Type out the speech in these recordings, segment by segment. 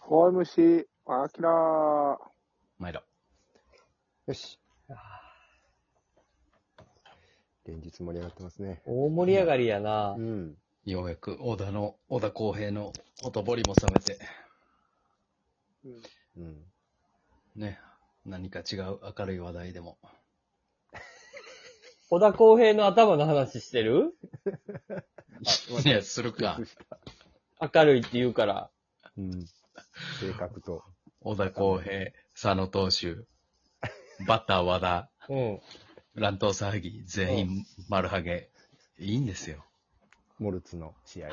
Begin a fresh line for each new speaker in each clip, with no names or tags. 小虫、あきら。
前田。
よし。連日盛り上がってますね。
大盛り上がりやな
う。ん。
ようやく、小田の、小田公平のほとぼりも冷めて、
うん
うん。
ね、何か違う明るい話題でも。
小田公平の頭の話してる
いや、するか。
明るいって言うから。
うん。性格と。
小田公平、佐野投手、バッター和田、
うん。
乱闘騒ぎ、全員丸ハゲ。いいんですよ。
モルツの試合。
い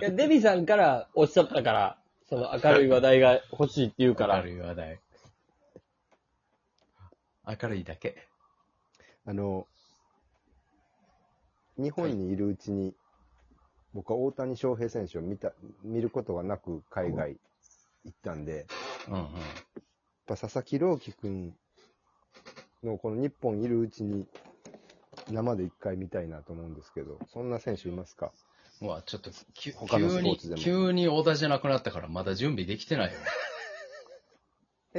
や、デビさんからおっしゃったから、その明るい話題が欲しいって言うか
明
ら。
るい話題。明るいだけ。
あの、日本にいるうちに、僕は大谷翔平選手を見た、見ることがなく海外行ったんで、やっ
うんうん。
ぱ佐々木朗希くんのこの日本いるうちに、生で一回見たいなと思うんですけど、そんな選手いますか
うわ、ちょっと、きゅ
他の
急
スポー
に
ツで、も
急に小田じゃなくなったから、まだ準備できて ないよ。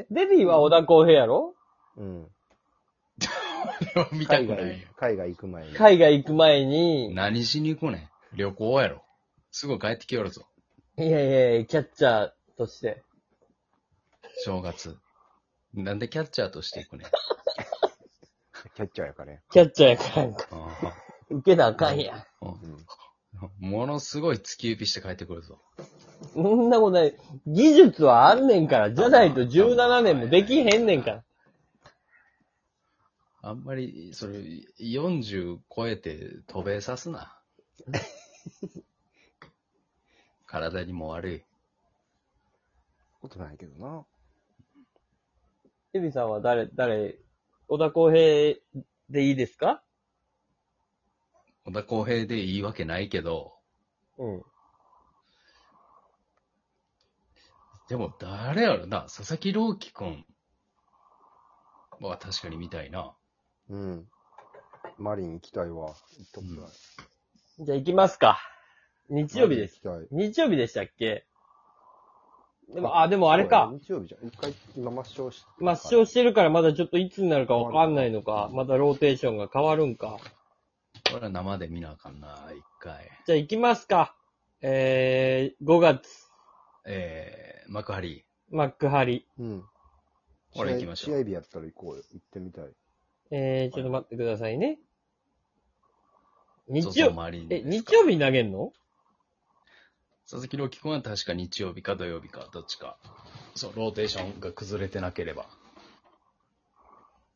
デビは小田公平やろ
うん。
見た
海
くないよ
外。、海外行く前に。
海外行く前に、
何しに行くねん。旅行やろ。すぐ帰ってきよるぞ。
いやいやいや、キャッチャーとして。
正月。なんでキャッチャーとして行くねん。
キャッチャーやからね。
キャッチャーやから、
あ
受けなあかんや。
あ
うん。
ものすごい突き指して帰ってくるぞ。
そんなことない。技術はあんねんから、じゃないと17年もできへんねんから。
あんまり、それ、40超えて渡米さすな。 体にも悪い。
ことないけどな。
デビさんは誰、誰、小田公平でいいですか
小田公平でいいわけないけど、
うん。
でも誰やろな、佐々木朗希くんは確かに見たいな。
うん。マリン行きたいわ。行ったことない。
じゃあ行きますか。日曜日です。
マリン行き
日曜日でしたっけでも、
あ
あ、でも
たい。
あれか
そう。日曜日じゃん。一回、今抹消して。
抹消してるからまだちょっといつになるかわかんないのか。まだローテーションが変わるんか。
これは生で見なあかんな、一回。
じゃあ行きますか。えー、5月、
えー、幕張。
マックハリ。
うん。
これ行きましょう
試合試合日やったら行こうよ。行ってみたい。
えー、ちょっと待ってくださいね。
日
日
曜
曜、え、日曜日に投げんの
佐々木朗希君は確か日曜日か土曜日か、どっちか。そう、ローテーションが崩れてなければ。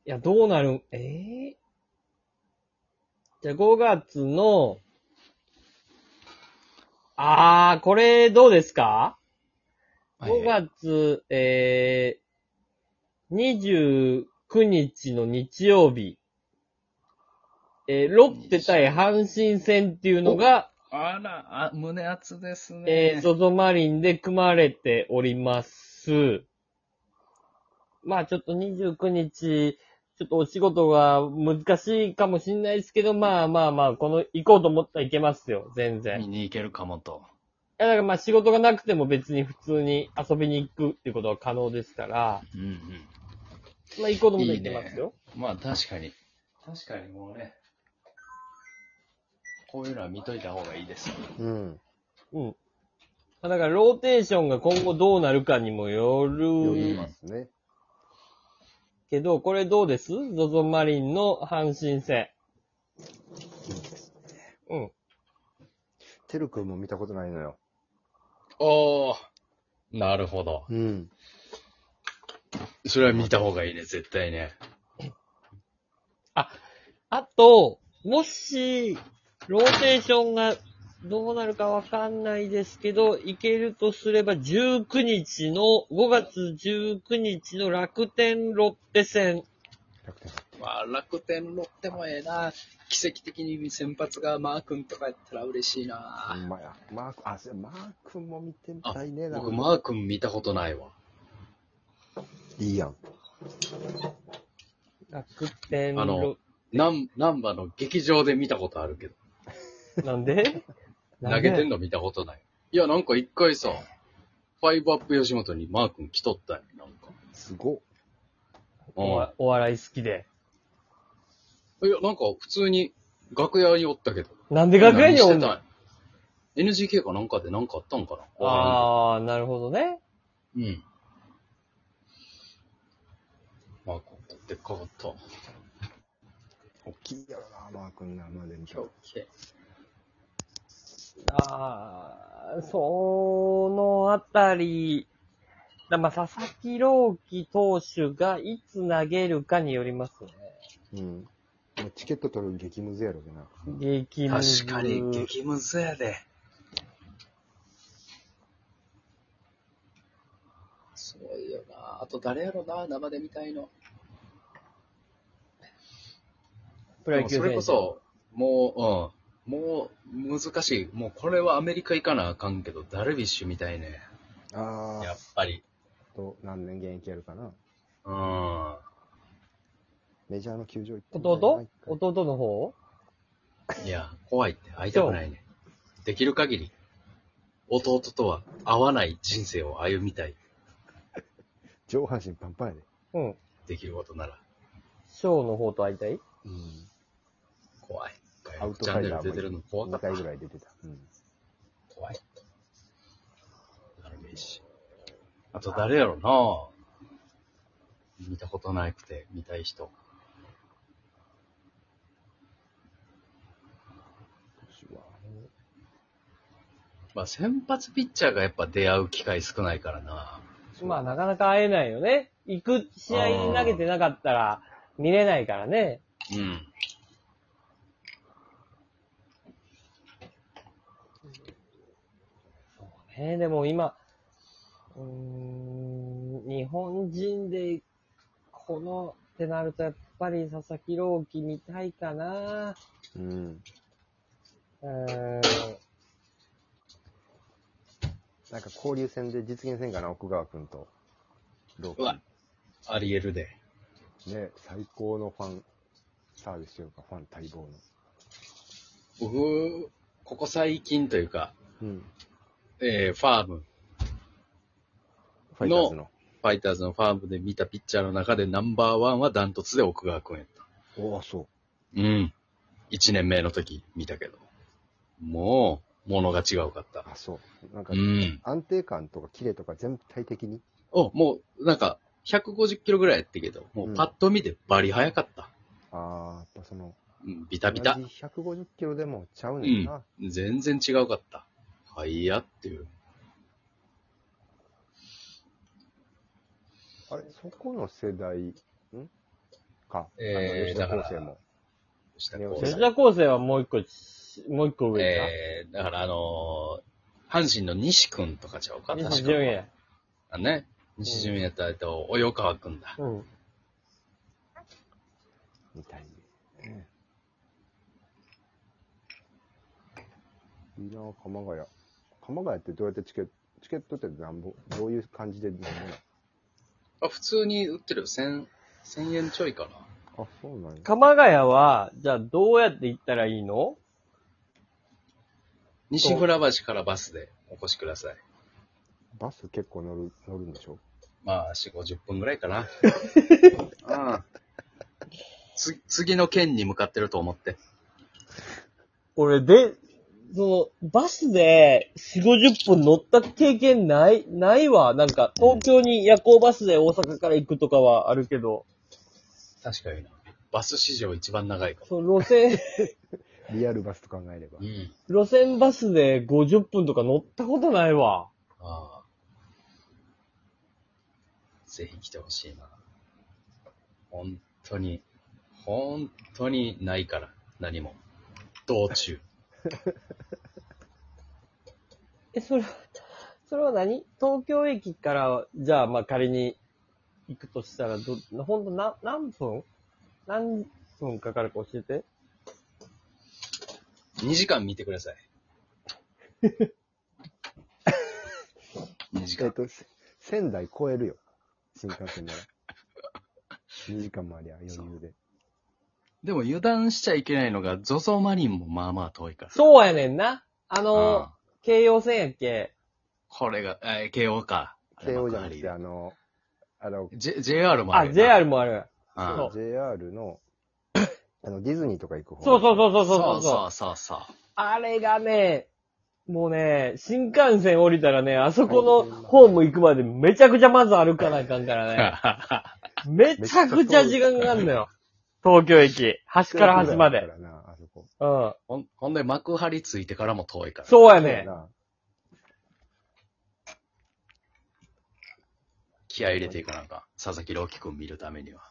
いや、どうなるん、ええじゃあ5月の、あー、これどうですか、
はい
?5 月、えー、29日の日曜日、えー、ロッテ対阪神戦っていうのが、
あら、あ、胸熱ですね。
えー、ゾゾマリンで組まれております。まあちょっと29日、ちょっとお仕事が難しいかもしんないですけど、まあまあまあ、この、行こうと思ったらいけますよ、全然。
見
い
に行けるかもと。
や、だからまあ仕事がなくても別に普通に遊びに行くっていうことは可能ですから、
うんうん。
まあ行こうと思ったらいけますよ。
まあ確かに。確かにもうね、こういうのは見といた方がいいですよ。
うん。
うん。まあだからローテーションが今後どうなるかにもよ
呼
る
びますね。
けど、これどうです ?ZOZO マリンの阪神戦。うん。
てるくんも見たことないのよ。
おー、なるほど。
うん。
それは見た方がいいね、絶対ね。
あと、もし、ローテーションがどうなるかわかんないですけど、いけるとすれば19日の、5月19日の楽天ロッテ戦。
楽天
まあ、楽天乗ってもええな。奇跡的に先発がマー君とかやったら嬉しい
ほ
な。
んまや。マーク、あ、そうマークも見てみたいね。
僕、
なんか
マー君見たことないわ。
いいやん。
楽天
あの
ロ
なん、なんばの劇場で見たことあるけど、
なんで
投げてんの
の
見たことない。いや、なんか一回さ、ファイブアップ吉本にマー君来とったんや、なんか。
すごっ。
お
う
わお笑い好きで。
ん。いや、なんか普通に楽屋におったけど。
なんで楽屋にお
何し
ん
て
の
たん ?NGK かなんかでなんかあったんかなあ。
あー、なるほどね。
うん。マー君だってかかった。
大きいやろな、マー君な、までに。
あー、そのあたり、だまあ、佐々木朗希投手がいつ投げるかによりますね。
うん。まあチケット取る激ムズやろうけな。
激ムズ
確かに激ムズやで。すごいよな。あと誰やろな、生で見たいの。
プロ
でも
野球選
そ
手
れこそ、もう、うん、もう難しい。もうこれはアメリカ行かなあかんけど、ダルビッシュみたいね。
あ
や
あ
っぱり。
と、何年現役やるかな。
うん。
メジャーの球場行ってみたいな
弟
一回
弟の方
いや、怖いって、会いたくないね。できる限り、弟とは会わない人生を歩みたい。
上半身パンパンやで。
うん。
できることなら。
ショーの方と会いたい
うん。
怖い。
アウト
チャ
サ
ン
イ
ネル
ダーも
出てるの怖か
2
った
回。ぐらい出てた。うん。
怖い。ダルビッシュ。あと誰やろな見たことなくて、見たい人。まあ先発ピッチャーがやっぱ出会う機会少ないからな。
まあ、なかなか会えないよね。行く試合に投げてなかったら見れないからね。
うん。
えーでも今、うーん、日本人で、この、ってなると、やっぱり佐々木朗希見たいかな。
うん。
うーん、
なんか交流戦で実現せんかな、奥川君と。ど
うわ、ありえるで。
ね、最高のファンサービスというか、ファン待望の。
僕、ここ最近というか、
うん。
えー、ファーム、
ファイターズの。
ファイターズのファームで見たピッチャーの中でナンバーワンはダントツで奥川君やった。
おお、そ
うん。1年目の時見たけど。もう、ものが違うかっ
う。
た。
あ、そう。なんか
う、ん。
安定感とかキレとか全体的に。
お、もう、なんか、150キロぐらいやってけど、もうパッと見てバリ速かった。
ああ、やっぱその、
うん、ビタビタ
同。じ150キロでもちゃうねんな。
全然違うかった。はいやっていう。
あれ、そこの世代、んか。
えー
あの吉田高生も。
下
ね
こう
吉
吉田高生はもう一個ち、もう一個上か。
えー、だからあのー阪神の西くんとかちゃうか確か
西純也。
あね。西純也と、えっと、及川くんだ。
うん。
みたいに。ねいいなぁ、鎌ヶ谷。鎌ヶ谷ってどうやってチケット、チケットってなんぼ、どういう感じでなんぼな
あ、普通に売ってるよ。千、千円ちょいかな。
のあ、そうなんや。
鎌ヶ谷は、じゃあどうやって行ったらいいの
西船橋からバスでお越しください。
バス結構乗る、乗るんでしょ
まあ、4、50分ぐらいか な。うん。つ、 次の県に向かってると思って。
俺で、その、バスで4、50分乗った経験ない、ないわ。なんか、東京に夜行バスで大阪から行くとかはあるけど、
確かにな。バス史上一番長いかも。
その路線、
リアルバスと考えれば
う。ん。
路線バスで50分とか乗ったことないわ。
ああ。ぜひ来てほしいな。本当に、本当にないから、何も。道 中。
え、それは、それは何東京駅から、じゃあまあ仮に行くとしたら、ど、ほんとな、何分何分かかるか教えて。
2時間見てください。2時
えっ
間。
と、せ仙台超えるよ。新幹線な ら。2時間もありゃ余裕で。
でも油断しちゃいけないのが、ゾゾマリンもまあまあ遠いから。
そうやねんな。あ
う
の、京葉線やっけ
これが、えー、慶応か。
KO じゃなくて、あ
て。
の、あの、
J- JR もあ
あ、
るよな。
JR もある。
うん
そう
JR の、あの、ディズニーとか行く方。
そうそう
う。
そうそうそ
そ
うそうう
そうそうそう。
あれがね、もうね、新幹線降りたらね、あそこのホーム行くまでめちゃくちゃまず歩かなあかんからね。めちゃくちゃ時間かかんのよ。東京駅。端から端まで。
らな、あそこ。
うん。
ほんほんで幕張ついてからも遠いから。
そうや
そうや
ね。
な
気合い入れていかなんか。佐々木朗希くん見るためには。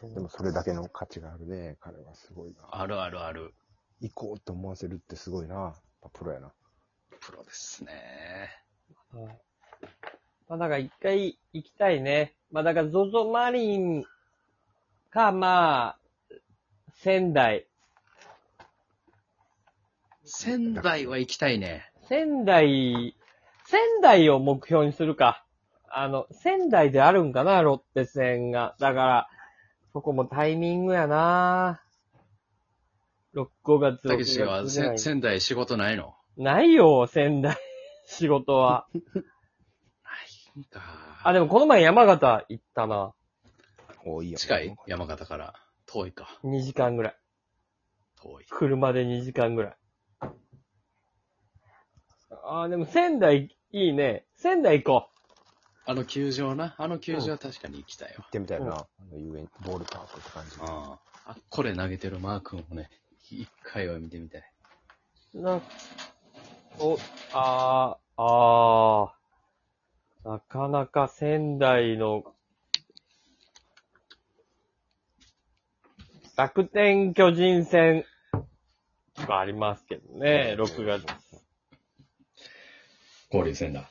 でもそれだけの価値があるね。彼はすごいな。
あるあるある。
行こうと思わせるってすごいな。やっぱプロやな。
プロですね。
うんまあだから一回行きたいね。まあだからゾゾマリンか、まあ、仙台。
仙台は行きたいね。
仙台、仙台を目標にするか。あの、仙台であるんかな、ロッテ戦が。だから、そこもタイミングやな6、5月、
たけし
6
は
月じゃな
せ
い。
仙台仕事ないの
ないよ、仙台。 仕事は。
ないんか。
あ、でもこの前山形行ったな。
おいいよ。
近い山形から。遠いか。
2時間ぐらい。
遠い。
車で2時間ぐらい。ああ、でも仙台いいね。仙台行こ
あの球場な。あの球場は確かに行きたい
行ってみたいな。あの遊園、ボールパークって感じ。
わ。うん。あ、これ投げてるマー君もね、一回は見てみたい。
う。な、お、ああ、ああ。なかなか仙台の、楽天巨人戦がありますけどね、6月。
交流戦だ。